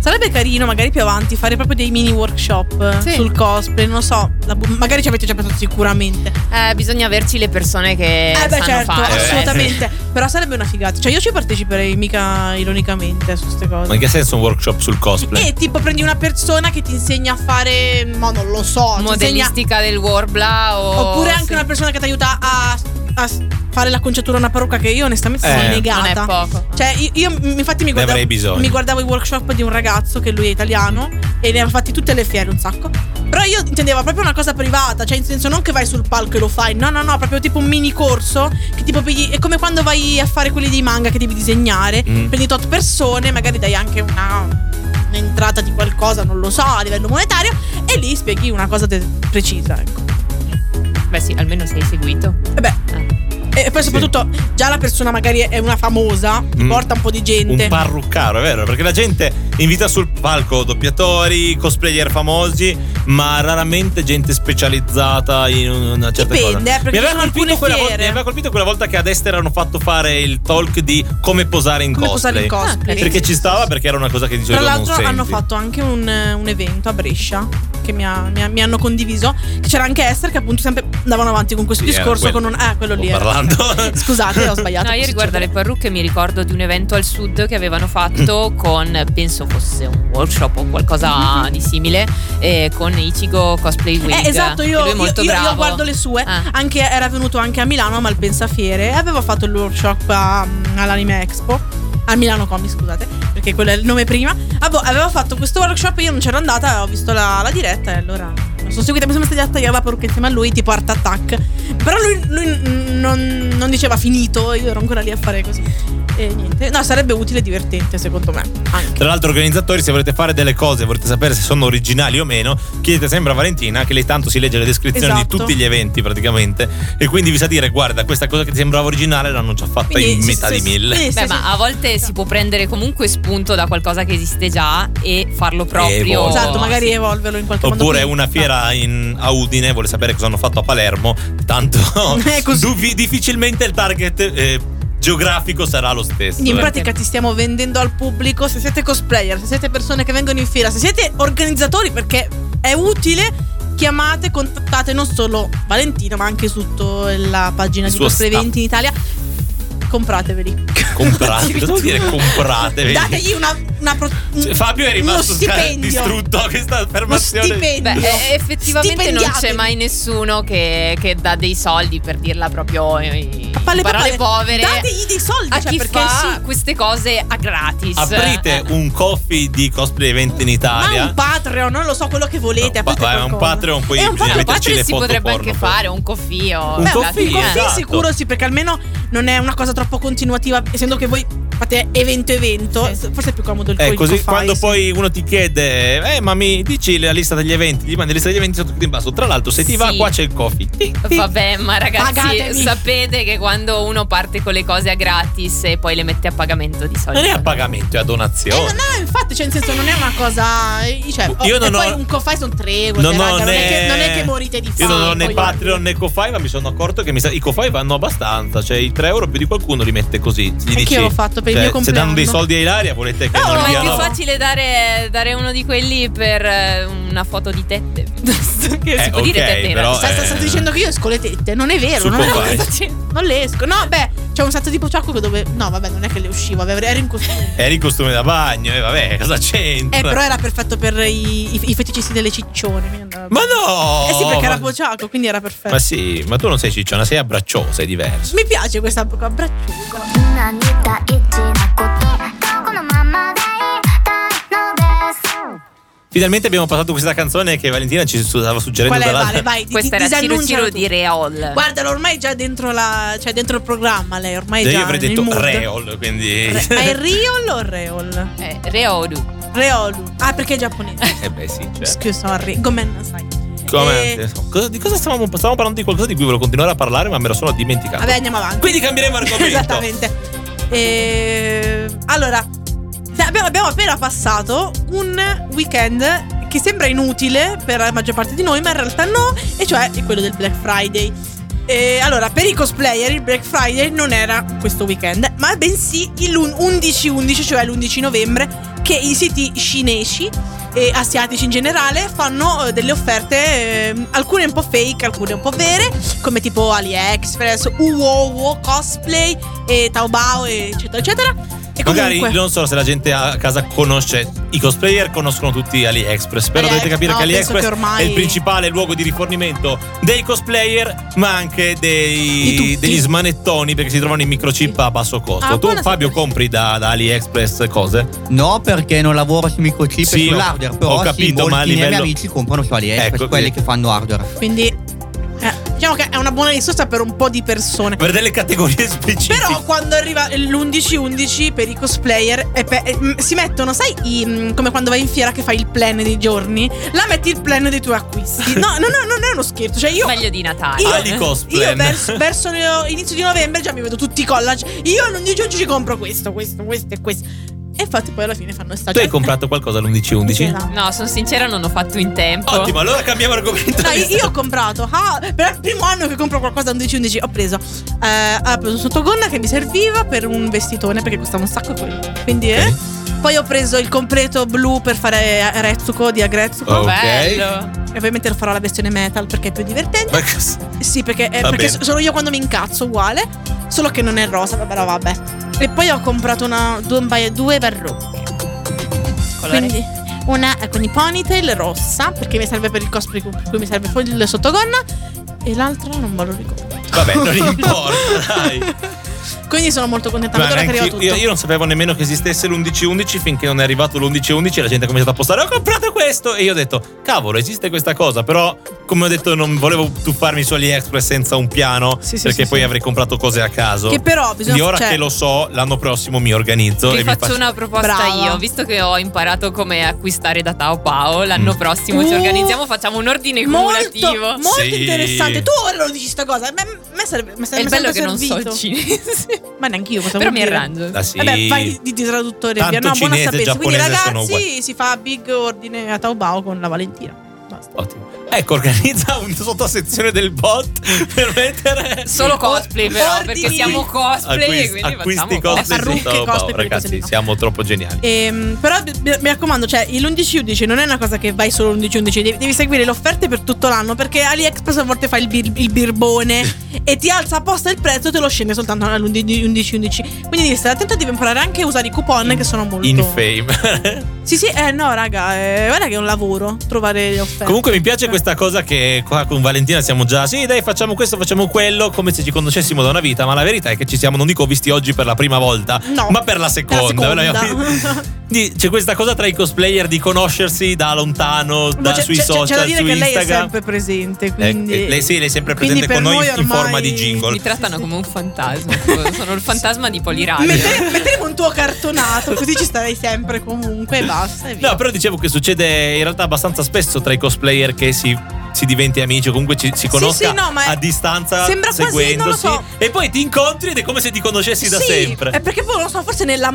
Sarebbe carino, magari più avanti, fare proprio dei mini workshop
Sì.
sul cosplay. Non so, la bu- magari ci avete già pensato sicuramente.
Eh, bisogna averci le persone che
Eh, beh,
sanno
certo,
fare. eh,
assolutamente. Però sarebbe una figata. Cioè, io ci parteciperei mica ironicamente su queste cose.
Ma in che senso un workshop sul cosplay?
E tipo prendi una persona che ti insegna a fare, ma non lo so, ti insegna-
Eh, modellistica del Warbla o
oppure anche
sì.
una persona che ti aiuta a, a s- fare l'acconciatura a una parrucca che io onestamente
Eh,
sono
non è
non è
negata.
poco.
Cioè, io, io m- infatti mi guardavo,
avrei bisogno.
mi guardavo i workshop di un ragazzo che lui è italiano e ne ha fatti tutte le fiere un sacco. Però io intendevo proprio una cosa privata, cioè in senso non che vai sul palco e lo fai, no, no, no, proprio tipo un mini corso che tipo pigli- è come quando vai a fare quelli dei manga che devi disegnare,
Mm.
prendi tot persone, magari dai anche una un'entrata di qualcosa, non lo so, a livello monetario e lì spieghi una cosa de- precisa, ecco.
Beh, sì, almeno sei seguito.
E beh, e poi soprattutto già la persona magari è una famosa, ti
Mm.
porta un po' di gente.
Un parruccaro, è vero? Perché la gente invita sul palco doppiatori, cosplayer famosi, ma raramente gente specializzata in un- una certa cosa.
Dipende, eh, perché
mi, aveva
ci sono
colpito
alcune
quella volta,
fiere.
mi aveva colpito quella volta che ad Esther hanno fatto fare il talk di come posare in
Come posare
cosplay.
in cosplay.
Ah,
Perché ci stava, perché era una cosa che di
Tra
solito non
l'altro hanno
senti.
fatto anche un, eh, un evento a Brescia che mi, ha- mi ha- mi hanno condiviso. Che c'era anche Esther che appunto sempre andavano avanti con questo
Sì, era
discorso.
quello.
Con un, eh, quello
Sto
lì. era.
parlando.
[LAUGHS] Scusate, ho sbagliato.
No, io riguardo alle parrucche mi ricordo di un evento al sud che avevano
[CLEARS THROAT]
fatto con, penso fosse un workshop o qualcosa di simile, eh, con Ichigo Cosplay Week.
Eh, esatto, io,
E lui è
io-
molto
io- io
bravo.
guardo le sue.
Ah.
Anche- era venuto anche a Milano a Malpensa Fiere e aveva fatto il workshop a- all'Anime Expo. A Milano Comics, scusate, perché quello è il nome prima. Ah, boh, aveva fatto questo workshop, io non c'ero andata, ho visto la, la diretta e allora. non Sono seguita, mi sono stata io la parrucca insieme a lui, tipo Art Attack. Però lui, lui n- non, non diceva finito, io ero ancora lì a fare così. E niente. No, sarebbe utile e divertente, secondo me. Anche.
Tra l'altro, organizzatori, se volete fare delle cose, volete sapere se sono originali o meno, chiedete sempre a Valentina, che lei tanto si legge le descrizioni
Esatto.
di tutti gli eventi praticamente. E quindi vi sa dire: guarda, questa cosa che ti sembrava originale l'hanno già fatta in
Quindi, sì,
metà
sì,
di
sì.
mille.
Quindi,
Beh,
sì, sì.
ma a volte si può prendere comunque spunto da qualcosa che esiste già e farlo
Eh,
proprio.
evolverlo.
Esatto, magari evolverlo in qualche modo. Ah.
Oppure
quindi-
una fiera in, a Udine vuole sapere cosa hanno fatto a Palermo,
[LAUGHS]
tanto
È Eh, così.
dubi- difficilmente il target eh, geografico sarà lo stesso.
Quindi in
eh.
pratica ti stiamo vendendo al pubblico se siete cosplayer, se siete persone che vengono in fila, se siete organizzatori perché è utile chiamate, contattate non solo Valentino ma anche sotto la pagina
Il
di
suo
Cosplay
staff.
20 in Italia. Comprateveli. [LAUGHS]
Comprate, cosa vuol dire comprate?
Dategli una, una pro-
Cioè, Fabio è rimasto
uno
sca-
stipendio.
distrutto a questa
Uno
affermazione.
stipendio.
Beh, eh, effettivamente non c'è
Stipendiatevi.
mai nessuno che, che dà dei soldi per dirla proprio in
A palle papale.
parole povere.
Dategli dei soldi,
a
cioè,
chi
perché
fa
sì.
queste cose a gratis.
Aprite
Eh.
un coffee di cosplay event in
Ma
Italia.
un Patreon, non lo so quello che volete.
No,
aprite
pa- vai, un
qualcosa.
Patreon, poi
Eh, un
bisogna
Patreon,
Patreon
metterci le
si
foto
potrebbe
porno,
anche
poi.
fare un coffio.
Un
Beh,
coffee,
un coffee
esatto.
sicuro sì, perché almeno non è una cosa troppo continuativa, essendo che voi fate evento-evento, forse è più comodo il
Eh,
il
così
coffee,
quando
sì.
poi uno ti chiede, eh, ma mi dici la lista degli eventi, gli mandi la lista degli eventi sono tutti in basso. Tra l'altro, se ti va,
Sì.
qua c'è il coffee. Ti- ti-
eh, Vabbè, ma ragazzi,
Pagatemi.
sapete che quando uno parte con le cose a gratis e poi le mette a pagamento di solito.
Non è a pagamento, è a
Eh, no,
donazione.
no, infatti, cioè, in senso, non è una cosa. eh, Cioè, oh,
Oh. Io non
e poi
ho-
un coffee sono tre,
Non
guarda,
ho
raga, non, è
né-
che, non è che morite di fame.
Io non ho né
poi-
Patreon né Ko-Fi, ma mi sono accorto che mi sa- i Ko-Fi vanno abbastanza. Cioè, i 3 euro più di qualcuno li mette così. Gli
Anch'io
dici,
l'ho fatto per il
cioè,
mio
Se danno dei
compleanno.
soldi a Ilaria, volete che
No,
non
Ma
li
è
dia
più
no.
facile dare, dare uno di quelli per eh, una foto di tette. piuttosto [LAUGHS] che
Eh,
si può dire
ok,
tette in
però, [LAUGHS]
realtà.
Stai, stai- stai
Eh.
dicendo che io esco le tette, non è vero,
Sul
non, è una
Ko-Fi.
cosa- sì, non le esco. No, beh, c'è un sacco di pociacco che dove. No, vabbè, non è che le uscivo, avevo- ero
[LAUGHS]
in costume.
Eri in costume da bagno, e vabbè, cosa c'entra?
Eh, però era perfetto per i, i, i feticisti delle ciccione. quindi andava
Ma
bene.
no!
Eh sì, perché era
Ma-
pociaco, quindi era perfetto.
Ma sì, ma tu non sei cicciona, sei abbracciosa, è diverso.
みぴゃーちゅうこれさん僕はブラッチュー
何大事なことこのままでいたいのです
Finalmente abbiamo passato questa canzone che Valentina ci stava suggerendo
Qual è?
dall'altra-
Vale, vai. di-
Questa
di-
era Ciro
disannunciala
Ciro
tu.
di Reol.
Guardalo, ormai è già dentro, la, cioè dentro il programma. Lei ormai è già.
Io avrei
nel
detto
mood.
Reol, quindi.
Re- ma è Riol o Reol?
Eh, Reolu.
Reolu. Ah, perché è giapponese.
[LAUGHS] Eh beh, sì, cioè.
Scusa, Harry. Gomen, sai.
Come?
Eh,
Cosa- di cosa stavamo, stavamo parlando? Di qualcosa di cui volevo continuare a parlare, ma me lo sono dimenticato.
Vabbè, andiamo avanti.
Quindi cambieremo
[LAUGHS]
argomento.
Esattamente. Eh, allora, se abbiamo, abbiamo appena passato un weekend che sembra inutile per la maggior parte di noi, ma in realtà no, e cioè è quello del Black Friday. Eh, allora, per i cosplayer il Black Friday non era questo weekend, ma bensì il lun- 11-11, cioè l'11 novembre, che i siti cinesi e asiatici in generale fanno eh, delle offerte, ehm, alcune un po' fake, alcune un po' vere, come tipo AliExpress, Uowo, Cosplay, e Taobao, eccetera, eccetera. E
Magari
comunque...
non so se la gente a casa conosce i cosplayer, conoscono tutti AliExpress, però
Ali-
dovete capire
no,
che
penso
AliExpress
che ormai-
è il principale luogo di rifornimento dei cosplayer, ma anche
Di
dei,
tutti.
degli smanettoni perché si trovano in microchip a basso costo.
Ah,
tu
buona
Fabio
sorpresa.
compri da, da AliExpress cose?
No, perché non lavoro su microchip
Sì,
e
ho-
sull'hardware.
ho
Però sì,
capito,
molti
ma a
miei
livello-
amici comprano su AliExpress,
Ecco,
quelli
sì.
che fanno hardware.
Quindi eh, diciamo che è una buona risorsa per un po' di persone.
Per delle categorie [LAUGHS] specifiche.
Però quando arriva l'11-11 per i cosplayer e pe- e, mm, si mettono, sai, i, mm, come quando vai in fiera che fai il plan dei giorni, là metti il plan dei tuoi acquisti. No, no, no, non è uno scherzo. Cioè io...
Meglio di Natale.
Io,
Ali Cosplan.
io verso, verso l'inizio di novembre già mi vedo tutti i collage. Io ogni giorno ci compro questo, questo, questo e questo. E infatti poi alla fine fanno
[LAUGHS] tu
stagione.
hai comprato qualcosa all'11-11?
No, sono sincera, non ho fatto in tempo.
Ottimo, allora cambiamo argomento.
No, io, io ho comprato. Ah, per il primo anno che compro qualcosa 11-11 ho preso. eh, ho preso un sottogonna che mi serviva per un vestitone perché costava un sacco quello. Quindi, eh. Poi ho preso il completo blu per fare Arezzuko di Agrezzuko.
Oh. ok.
Bello.
E ovviamente lo farò la versione metal perché è più divertente.
Ma cos-
Sì, perché, eh,
Va
perché
bene.
sono io quando mi incazzo uguale. Solo che non è rosa, vabbè, no, vabbè. E poi ho comprato una, due, un paio- due parrucche.
Colore.
Quindi una eh, con i ponytail rossa, perché mi serve per il cosplay, con cui mi serve poi il sottogonna. E l'altra non me lo ricordo.
[LAUGHS] Vabbè,
[LAUGHS]
non importa, dai.
Quindi sono molto contenta.
Ma
Vedo che arriva
Cioè, neanche-
tutto.
io, io non sapevo nemmeno che esistesse l'11-11 finché non è arrivato l'11-11 e la gente ha cominciato a postare ho comprato questo e io ho detto cavolo esiste questa cosa però come ho detto non volevo tuffarmi su AliExpress senza un piano
Sì, sì,
perché
sì,
poi
sì.
avrei comprato cose a caso
Che però bisogna
Quindi ora
cioè,
che lo so l'anno prossimo mi organizzo
Vi
e
faccio
mi
una proposta
Brava.
io, visto che ho imparato come acquistare da Taobao, l'anno
Mm.
prossimo ci
Uh,
organizziamo, facciamo un ordine
Molto,
cumulativo.
molto
Sì.
interessante. Tu ora lo dici sta cosa. A me, a me sarebbe, mi
È
sarebbe
il bello che
sempre
non so il
servito.
cinese.
[LAUGHS] Ma neanche io. cosa
Però
vuol
mi
dire?
arrangio.
Ah, sì.
Vabbè, vai di, di traduttore.
Tanto
via. No, buona
cinese e
sapersi. Quindi,
giapponese sono
ragazzi,
uguali.
si fa big ordine a Taobao con la Valentina. Basta.
Ottimo. ecco organizza una sottosezione del bot [LAUGHS] per mettere
Solo cosplay però, perché
ordini.
siamo
[LAUGHS]
cosplay e
acquisti,
quindi
acquisti
facciamo
cose
cosplay. Parrucche, cosplay, quelle cose lì,
ragazzi
no?
siamo troppo geniali
Ehm, però b- b- mi raccomando, cioè, l'11-11 non è una cosa che vai solo l'11-11, devi, devi seguire le offerte per tutto l'anno perché AliExpress a volte fa il, bir-
[LAUGHS]
il birbone e ti alza apposta il prezzo e te lo scende soltanto all'11-11. Quindi devi stare attento e devi imparare anche a usare i coupon che sono molto...
in fame
Sì, sì, eh no, raga, eh, guarda che è un lavoro trovare le offerte.
Comunque mi piace
Cioè,
questa cosa che qua con Valentina siamo già Sì dai facciamo questo, facciamo quello Come se ci conoscessimo da una vita Ma la verità è che ci siamo, non dico visti oggi per la prima volta
No.
Ma per la seconda,
La seconda. [LAUGHS]
Quindi C'è questa cosa tra i cosplayer di conoscersi da lontano da-
Ma c'è-
Sui
c'è-
social,
c'è da dire
su
che lei è
Instagram
sempre presente,
Eh,
quindi...
eh, lei, sì, lei è sempre
quindi
presente con
per
noi
noi
in forma
ormai-
di
[LAUGHS]
Mi
jingle
trattano come un fantasma.
[LAUGHS]
Sono il fantasma di Polirabia.
Mette- metteremo un tuo cartonato, così ci starai
[LAUGHS]
sempre comunque e basta. E via.
No però dicevo che succede in realtà abbastanza spesso Tra i cosplayer che si si diventi amici o comunque ci, si conosca
sì, no, ma è-
a distanza
sembra quasi- non lo
seguendosi
so.
e poi ti incontri ed è come se ti conoscessi da sempre
È eh, perché poi non lo so, forse nella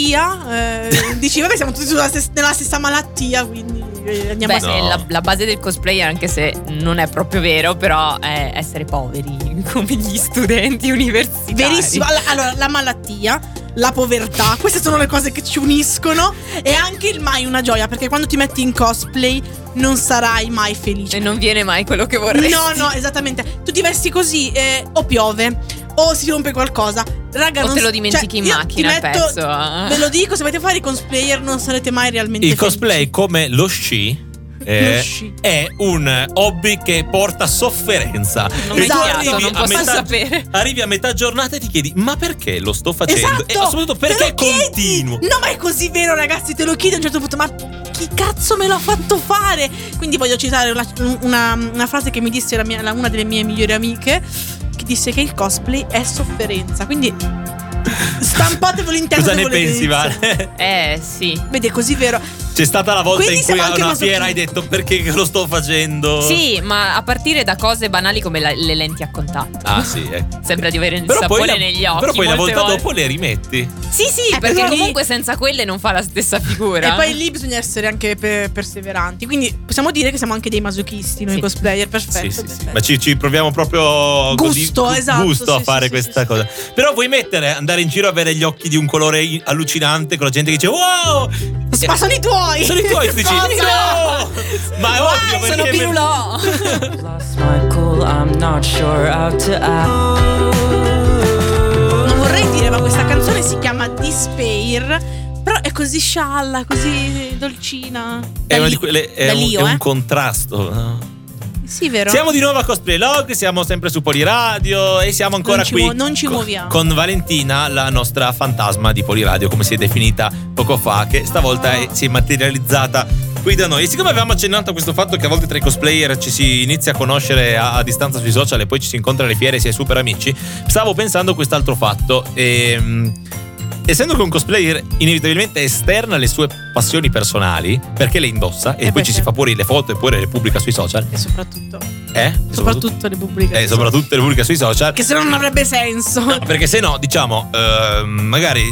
malattia eh, dici, vabbè, siamo tutti sulla stes- nella stessa malattia, quindi eh, andiamo
Beh,
a
No.
eh, la, la base del cosplayer, anche se non è proprio vero, però è essere poveri come gli studenti universitari.
Verissimo. Alla- Allora, la malattia, la povertà, queste sono le cose che ci uniscono e anche il mai una gioia, perché quando ti metti in cosplay non sarai mai felice.
E non viene mai quello che vorrei.
No, no, esattamente. Tu ti vesti così eh, o piove o si rompe qualcosa. Raga,
O
non
te lo
s-
dimentichi
cioè,
in
io ti
macchina il
metto-
pezzo, ah.
Ve lo dico, se volete fare i cosplayer non sarete mai realmente
Il
felici.
cosplay come lo sci eh,
Lo sci.
è un hobby che porta sofferenza.
Non mi
E tu
Esatto.
piace,
arrivi
non
a
posso
metà- Oh.
sapere.
Arrivi a metà giornata e ti chiedi: ma perché lo sto facendo? E
Esatto,
soprattutto
te lo
perché
chiedi.
continuo?
No, ma è così vero, ragazzi, te lo chiedo a un certo punto, ma chi cazzo me l'ha fatto fare? Quindi voglio citare una, una- una frase che mi disse la mia- la- una delle mie migliori amiche, che disse che il cosplay è
[LAUGHS]
sofferenza. Quindi stampatevelo in testa
Cosa
se
ne
volete
pensi,
iniziare.
Vale? [LAUGHS]
Eh sì.
Vedi, è così vero.
C'è stata la volta
Quindi
in cui
siamo
a
anche
una
masochisti.
fiera hai detto perché lo sto facendo?
Sì, ma a partire da cose banali come la- le lenti a contatto.
Ah, sì, ecco.
Sembra di avere il
Però poi,
sapone
la,
negli occhi.
però poi la
molte
volta
volte.
dopo le rimetti.
Sì, sì,
Eh,
perché
però lì-
comunque senza quelle non fa la stessa figura.
E poi lì bisogna essere anche pe- perseveranti. Quindi possiamo dire che siamo anche dei masochisti, noi
Sì.
cosplayer, perfetto.
Sì, sì, sì.
perfetto.
Ma ci, ci proviamo proprio
Gusto,
così,
esatto,
gusto
sì,
a
sì,
fare
sì,
questa
sì,
cosa. Però vuoi mettere, andare in giro e avere gli occhi di un colore i- allucinante con la gente che dice wow! Eh,
Ma sono i tuoi!
Sono i tuoi tu dici,
[LAUGHS] Cosa?
"No!" Ma è ovvio perché
Sono pirulò.
Lost my cool, I'm not sure how to act.
Non vorrei dire, ma questa canzone si chiama Despair. Però è così scialla, così dolcina.
è,
Da
una
lì-
di quelle- è
da
un,
lì,
è
eh.
un contrasto. no?
Sì, vero?
Siamo di nuovo a Cosplay Log, siamo sempre su Poliradio e siamo ancora
Non ci
qui.
muo- non ci
co-
muoviamo.
Con Valentina, la nostra fantasma di Poliradio, come si è definita poco fa, che stavolta è- si è materializzata qui da noi. E siccome avevamo accennato a questo fatto che a volte tra i cosplayer ci si inizia a conoscere a, a distanza sui social e poi ci si incontra alle fiere e si è super amici, stavo pensando a quest'altro fatto. Ehm, Essendo che un cosplayer inevitabilmente esterna le sue passioni personali, perché le indossa e
Eh
poi
beh,
ci si
certo.
fa pure le foto e poi le pubblica sui social,
E soprattutto,
eh?
soprattutto le pubbliche.
eh, soprattutto le pubblica sui social.
Che se no non avrebbe senso.
No, perché se no, diciamo, ehm, magari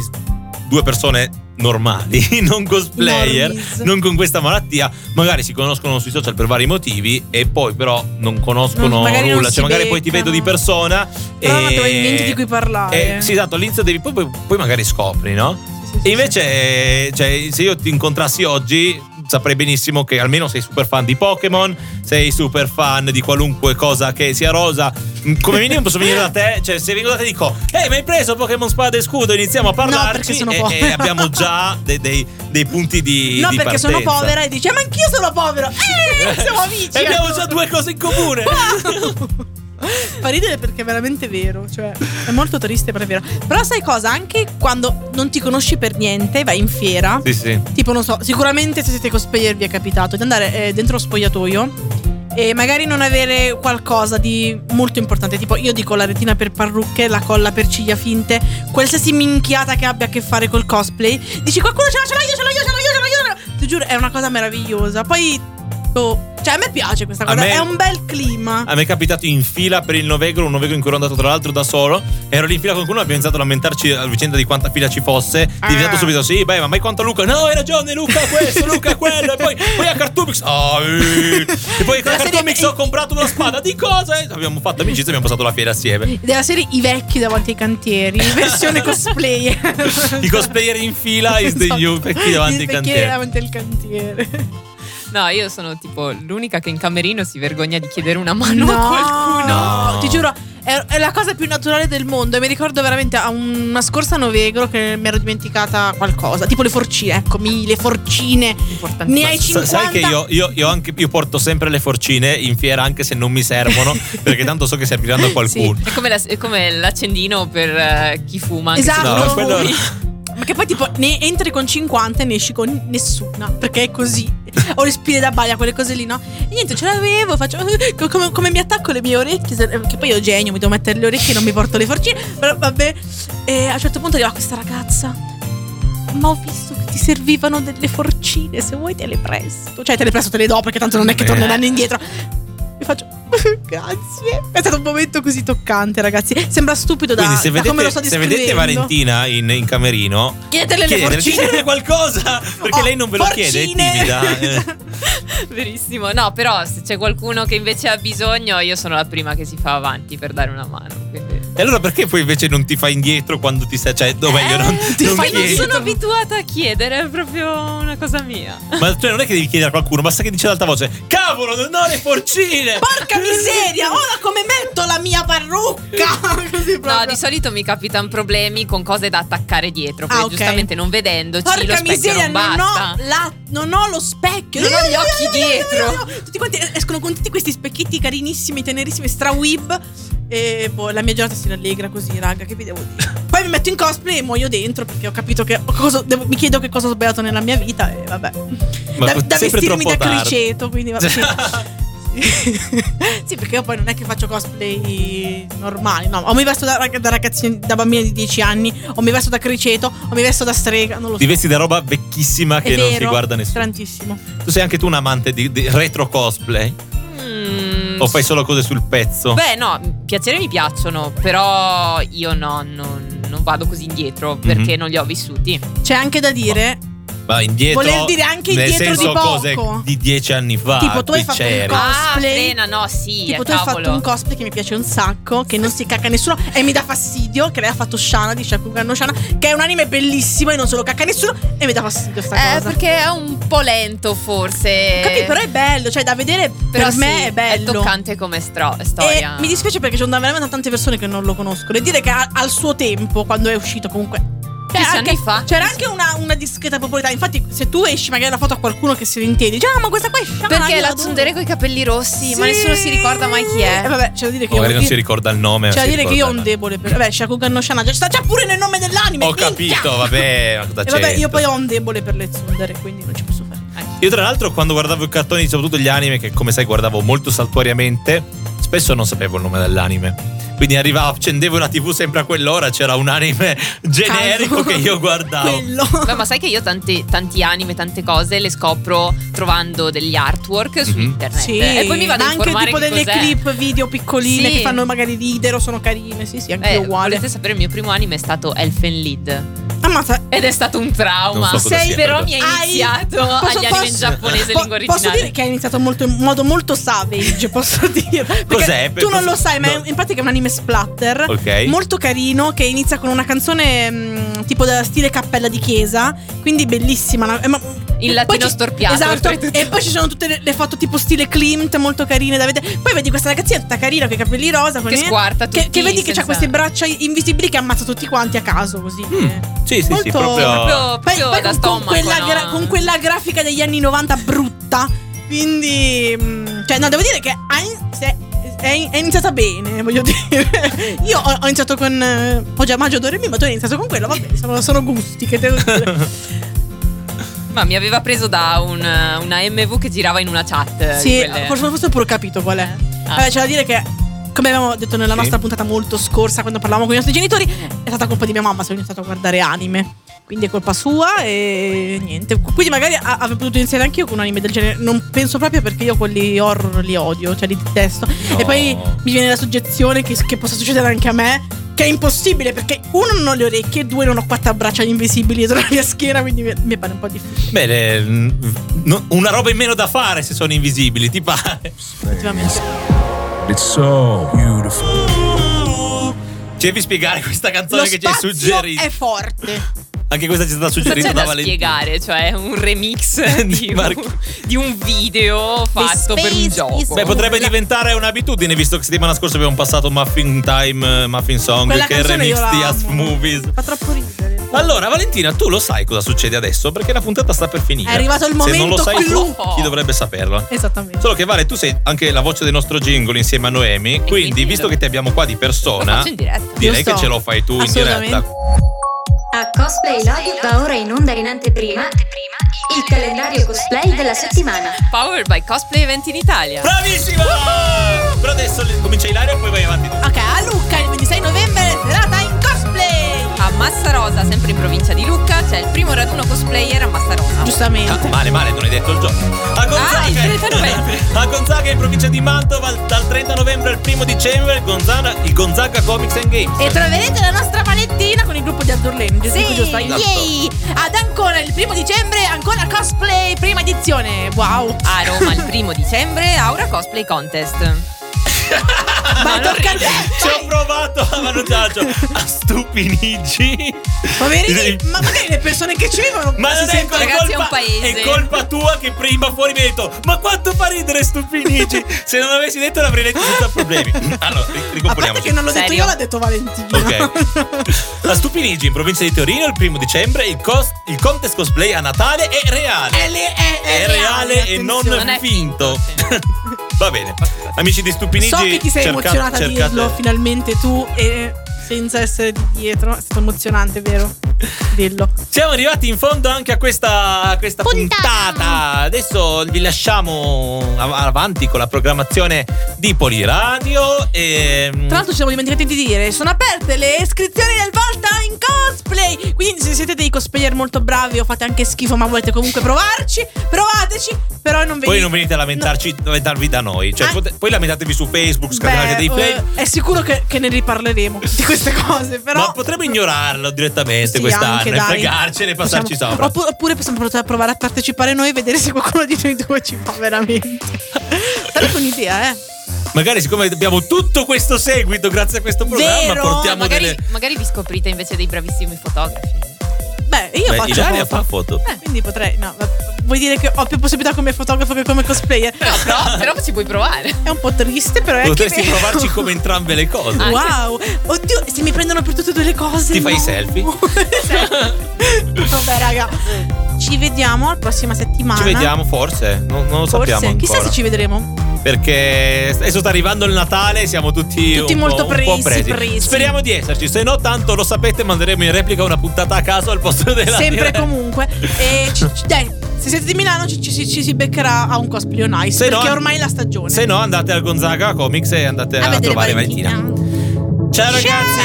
due persone normali, [LAUGHS] non cosplayer,
Normis.
non con questa malattia, magari si conoscono sui social per vari motivi e poi però non conoscono
Non- Mm, magari non
nulla,
si
cioè magari poi ti
beccano.
vedo di persona
Però non abbiamo
e
niente di cui parlare.
eh, sì, esatto, all'inizio devi poi, poi- poi magari scopri, no? E invece, eh, cioè, se io ti incontrassi oggi, saprei benissimo che almeno sei super fan di Pokémon, sei super fan di qualunque cosa che sia rosa. Mm, Come minimo posso venire da te, cioè se vengo da te dico, ehi mi hai preso Pokémon Spada e Scudo, iniziamo a
perché
parlarci
sono
e,
povera.
e abbiamo già de- dei, dei punti di...
no,
di
perché sono
partenza.
povera e dice, ma anch'io sono povero. Eh, siamo amici.
[LAUGHS] E abbiamo già due cose in comune.
[LAUGHS] Fa ridere perché è veramente vero, cioè è molto triste però è vero. Però sai cosa? Anche quando non ti conosci per niente, vai in fiera,
sì, sì.
tipo non so, sicuramente se siete cosplayer vi è capitato di andare eh, dentro lo spogliatoio e magari non avere qualcosa di molto importante, tipo io dico la retina per parrucche, la colla per ciglia finte, qualsiasi minchiata che abbia a che fare col cosplay, dici qualcuno ce l'ha, ce l'ho io, ce l'ho io, ce l'ho io, ce l'ho io, ce l'ho io". ti giuro è una cosa meravigliosa. Poi boh, cioè a me piace questa
A
cosa,
me-
è un bel clima.
A me è capitato in fila per il Novegro, un Novegro in cui ero andato tra l'altro da solo. Ero lì in fila con qualcuno, abbiamo iniziato a lamentarci a vicenda di quanta fila ci fosse.
Ah.
Diventato subito, sì, beh, ma mai quanto Luca? No, hai ragione, Luca questo, Luca quello. E poi, poi a Cartoomix, ah, eh. e poi a
La serie-
Cartoomix ho comprato una spada di cosa? E abbiamo fatto amicizia, abbiamo passato la fiera assieme.
[LAUGHS] della serie I vecchi davanti ai cantieri,
[LAUGHS]
versione cosplayer.
I cosplayer in fila is the new perché davanti ai
Perché
cantieri.
Esatto. davanti al cantiere.
[LAUGHS] No, io sono tipo l'unica che in camerino si vergogna di chiedere una mano a qualcuno.
No.
ti giuro, è, è la cosa più naturale del mondo. E mi ricordo veramente a una scorsa Novegro che mi ero dimenticata qualcosa, tipo le forcine, eccomi, le forcine. Ne hai
Sa-
50.
Sai che io, io- io anche, io porto sempre le forcine in fiera anche se non mi
[LAUGHS]
servono perché tanto so che serviranno a qualcuno.
È come, la- è come l'accendino per eh, chi fuma. anche se
Esatto.
No,
non
ma
fumi.
quello-
Ma che poi tipo ne entri con 50 e ne esci con nessuna, perché è così. O le spine da baia, quelle cose lì, no? E niente, ce l'avevo, faccio co- come, come mi attacco le mie orecchie, se- che poi io genio, mi devo mettere le orecchie, non mi porto le forcine, però vabbè. E a un certo punto arriva questa ragazza. Ma ho visto che ti servivano delle forcine, se vuoi te le presto. Cioè te le presto, te le do, perché tanto non è che
Eh.
torneranno indietro. Mi faccio [LAUGHS] grazie. È stato un momento così toccante, ragazzi. Sembra stupido da,
Quindi se
da
vedete,
come lo sto
se
descrivendo.
vedete Valentina in, in camerino,
Chiedetele le
chiedele,
forcine.
chiedele qualcosa perché
Oh,
lei non ve lo chiede, è
porcine.
timida. eh.
[LAUGHS]
[LAUGHS] Verissimo. No, però se c'è qualcuno che invece ha bisogno, io sono la prima che si fa avanti per dare una mano. Quindi...
E allora perché poi invece non ti fai indietro quando ti stai... Cioè, no, meglio, non,
Eh,
Eh,
Ti
non
fai- non
chiedi.
sono abituata a chiedere, è proprio una cosa mia.
Ma cioè, non è che devi chiedere a qualcuno, basta che dice ad alta voce, cavolo, non ho le forcine!
Porca miseria, ora come metto la mia parrucca? [LAUGHS] Così
No,
proprio.
di solito mi capitano problemi con cose da attaccare dietro.
Ah,
Perché
ok.
giustamente non vedendoci, lo
Porca
specchio
miseria,
non basta.
non ho la non ho lo specchio.
Non ho gli occhi dietro.
Tutti quanti eh, escono con tutti questi specchietti carinissimi, tenerissimi, stra whip. E boh, la mia giornata si rallegra così, raga, che vi devo dire.
[LAUGHS]
Poi mi metto in cosplay e muoio dentro perché ho capito che cosa- devo- mi chiedo che cosa ho sbagliato nella mia vita e vabbè.
Ma
da da
sempre
vestirmi
troppo
da
tardi.
criceto, quindi
[LAUGHS]
vabbè. [LAUGHS] sì, perché io poi non è che faccio cosplay normali, no. O mi vesto da, rag- da ragazzina, da bambina di 10 anni, o mi vesto da criceto, o mi vesto da strega, non lo so.
Ti vesti da roba vecchissima che
È
non si
vero,
guarda nessuno.
Tantissimo.
Tu sei anche tu un amante di, di retro cosplay?
Mm,
O fai solo cose sul pezzo?
Beh, no, piacere mi piacciono, però io no, non, non vado così indietro
Mhm.
perché non li ho vissuti.
C'è anche da dire,
Ma indietro.
Voler dire anche
nel
indietro
senso
di poco.
cose di dieci anni fa.
Tipo, tu hai
di
fatto
cere.
un co- Cosplay.
Ah, frena, no, sì,
tipo
eh,
tu hai fatto
cavolo.
un cosplay che mi piace un sacco, che non si cacca nessuno e mi dà fastidio, che lei ha fatto Shana di Shakugan no Shana, che è un anime bellissimo e non se lo cacca nessuno e mi dà fastidio sta
Eh,
cosa.
perché è un po' lento forse.
Capì, però è bello, cioè da vedere
Però
per me
sì,
è bello.
È toccante come stro- storia.
E mi dispiace perché ci sono veramente tante persone che non lo conoscono. E dire che a- al suo tempo, quando è uscito, comunque.
Dieci anni fa.
c'era anche cioè, una, una discreta popolarità. Infatti, se tu esci magari la foto a qualcuno che se ne intende, dici, ah, ma questa qua è Shana.
Perché
io
la
adoro."
tsundere con i capelli rossi, ma
Sì.
nessuno si ricorda mai chi
E
è.
vabbè, c'è da dire che
Magari
io.
non si ricorda il nome.
C'è
ma
da
si
dire che io ho
ricorda-
un debole per. Vabbè, Shakugan no Shana. C'è sta già pure nel nome dell'anime.
Ho
minchia!
capito, vabbè. certo. ma cosa
E vabbè,
c'entra?
io poi ho un debole per le tsundere, quindi non ci posso fare.
Io, tra l'altro, quando guardavo i cartoni, soprattutto gli anime, che come sai guardavo molto saltuariamente, spesso non sapevo il nome dell'anime. Quindi arrivavo, accendevo la TV sempre a quell'ora, c'era un anime generico
Caso.
che
[LAUGHS]
io guardavo.
Quello.
Beh, ma sai che io tanti, tanti anime, tante cose le scopro trovando degli artwork su
Mhm.
internet.
Sì,
E poi mi vado
ma
a
anche
informare
tipo
che
delle
cos'è.
clip video piccoline
Sì.
che fanno magari ridere o sono carine. Sì, sì, anche
Eh,
io uguale.
volete sapere, il mio primo anime è stato Elfen Lied.
Ammazza,
Ed è stato un trauma.
Non so cosa
Sei-
sia,
però
però.
mi ha iniziato
Hai- posso-
agli anime in
posso-
giapponese in
po-
lingua originale.
Posso dire che hai iniziato molto, in modo molto
[LAUGHS]
savage, posso dire. Perché
Cos'è? Per-
Tu non lo sai, ma è-
no.
in pratica è un anime splatter.
Ok.
Molto carino, che inizia con una canzone mh, tipo da stile cappella di chiesa. Quindi bellissima. na- eh, ma-
In
poi
latino
ci-
storpiato,
Esatto.
oltretutto.
E poi ci sono tutte le, le foto tipo stile Klimt, molto carine da vedere. Poi vedi questa ragazzina tutta carina con i capelli rosa. con
Che
i-
squarta
eh? Che,
tutti
che vedi che
senza-
ha queste braccia invisibili che ammazza tutti quanti a caso così. Eh.
Sì, sì, sì,
Molto-
proprio.
Proprio,
Poi,
Oh, proprio
poi
da
con, con
stomaco.
quella
no?
gra- con quella grafica degli anni 90 brutta. Quindi, mm, cioè, no, devo dire che ha in- se- è, è iniziata bene, [LAUGHS] voglio dire. Io ho, ho iniziato con. eh, Ho già Maggio Doremi, ma tu hai iniziato con quello. Vabbè, sono, sono gusti che devo dire.
[LAUGHS] Ma mi aveva preso da un- eh, una MV che girava in una chat. eh, di
sì,
quelle-
forse, eh, forse ho pure capito qual è.
Ah.
Vabbè, c'è da dire che. Come abbiamo detto nella
Sì.
nostra puntata molto scorsa, quando parlavamo con i nostri genitori, è stata colpa di mia mamma se ho iniziato a guardare anime. Quindi è colpa sua e niente. Quindi magari a- avrei potuto iniziare anch'io con un anime del genere. Non penso proprio perché io quelli horror li odio, cioè li detesto.
No.
E poi mi viene la soggezione che, che possa succedere anche a me. Che è impossibile perché uno non ho le orecchie, due non ho quattro braccia invisibili dietro la mia schiena, quindi mi- mi pare un po' difficile.
Beh, le- mm, no- una roba in meno da fare se sono invisibili, ti pare?
effettivamente.
It's so beautiful.
Ci devi spiegare questa canzone
Lo
che ci hai
spazio
suggerito.
è forte.
Anche questa ci è stata
Cosa
suggerita
c'è
da
da
Valentina.
spiegare? Cioè, un
[LAUGHS]
remix
Di
di,
Marco.
un, di un video fatto per un
Space
gioco.
is-
Beh, potrebbe diventare un'abitudine, visto che settimana scorsa abbiamo passato Muffin Time, eh, Muffin Song,
Quella
che è il
canzone io
remix
la
di Us
amo.
Movies.
Fa troppo ridere.
Allora, Valentina, tu lo sai cosa succede adesso? Perché la puntata sta per finire.
È arrivato il
Se non lo
momento
sai tu,
clou.
chi dovrebbe saperlo?
Esattamente.
Solo che Vale, tu sei anche la voce del nostro jingle insieme a Noemi. Quindi,
quindi
visto
lo-
che ti abbiamo qua di
Lo
persona,
faccio in diretta.
direi
Giusto.
che ce lo fai tu in diretta.
Assolutamente.
A Cosplay Love va ora in onda in anteprima il calendario cosplay della settimana.
Powered by Cosplay Event in Italia.
Bravissima! Però adesso le- comincia Ilaria e poi vai avanti. tu.
Ok, a Lucca il 26 novembre, serata in cosplay.
A Massarosa, sempre in provincia di Lucca, c'è il primo raduno cosplayer a Massarosa.
Ah,
Giustamente.
male, male, non hai detto il giorno. A Gonzaga,
Ah, il 30
[LAUGHS]
novembre.
a Gonzaga in provincia di Mantova dal 30 novembre al 1 dicembre Gonzaga, il Gonzaga Comics and Games.
E troverete la nostra palettina con il gruppo di Azzurlendi.
Sì,
dico giusto?
esatto.
Yay! Ad ancora il primo dicembre, ancora cosplay, prima edizione. Wow.
[LAUGHS]
A Roma il primo dicembre, Aura Cosplay Contest.
Vai, tocca a te.
Ci ho provato a
[LAUGHS]
mannaggia a stupinigi.
Poverini, ma magari le persone che ci vivono
Ma
si
non è,
sentono-
colpa,
Ragazzi, è un paese.
è colpa tua che prima fuori mi hai detto Ma quanto fa ridere
[LAUGHS]
stupinigi Se non avessi detto l'avrei detto senza problemi Allora, ri-
A parte che
ricomponiamoci
non l'ho detto
Serio?
io, l'ha detto Valentino.
Ok La stupinigi in provincia di Torino il primo dicembre Il, cos- il contest cosplay a Natale è reale
È le- è- è
È
reale,
reale e non,
attenzione.
Non è
finto,
finto,
[LAUGHS] Va bene Amici di stupinigi
So che ti sei
cerca-
emozionata a
cercate-
dirlo finalmente tu e senza essere di dietro. È stato emozionante,
[LAUGHS]
vero? Dillo.
Siamo arrivati in fondo anche a questa, a questa puntata.
Puntata.
Adesso vi lasciamo av- avanti con la programmazione di Poliradio. E, mm,
Tra l'altro ci siamo dimenticati di dire, sono aperte le iscrizioni del Volta in cosplay. Quindi se siete dei cosplayer molto bravi o fate anche schifo ma volete comunque provarci, provateci, però non venite.
poi non venite a lamentarci, lamentarvi da noi. Cioè,
Ah.
pote- poi lamentatevi su Facebook,
Beh,
scatenate dei play.
eh, è sicuro che, che ne riparleremo di queste cose, però
Ma potremmo ignorarlo direttamente
Sì,
quest'anno
anche,
e
dai.
fregarcene e passarci
Possiamo-
sopra.
oppu- Oppure possiamo poter provare a partecipare noi e vedere se qualcuno di noi due ci fa
[LAUGHS]
veramente. Sarebbe un'idea, eh.
Magari, siccome abbiamo tutto questo seguito, grazie a questo programma,
Vero,
portiamo
magari,
delle.
magari vi scoprite invece dei bravissimi fotografi.
Beh, io
Beh,
faccio
Ilaria
foto.
fa foto.
Eh, quindi potrei. No, va- vuoi dire che ho più possibilità come fotografo che come cosplayer?
Però, però, però ci puoi provare.
È un po' triste, però è anche
Potresti
vero.
provarci come entrambe le cose.
Ah,
[LAUGHS] Wow, oddio, se mi prendono per tutte e due le cose.
Ti fai i
no.
selfie?
Sì. [LAUGHS] Vabbè, raga. Ci vediamo la prossima settimana.
Ci vediamo, forse. Non, non lo
Forse,
sappiamo. Ancora.
chissà se ci vedremo.
Perché adesso sta arrivando il Natale, siamo tutti,
Tutti
un
molto
po', un po'
presi, presi.
Speriamo di esserci, se no tanto lo sapete manderemo in replica una puntata a caso al posto [LAUGHS] della
Sempre
diretta.
comunque. E ci- ci- dai, se siete di Milano ci, ci- ci si beccherà a un cosplay on ice.
Se no-
perché ormai è la stagione.
Se no andate al Gonzaga Comics e andate
a
a,
vedere
trovare
Valentina.
Valentina. Ciao ragazzi!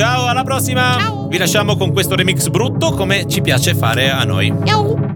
Ciao, alla prossima! Vi lasciamo con questo remix brutto come ci piace fare a noi.
Ciao.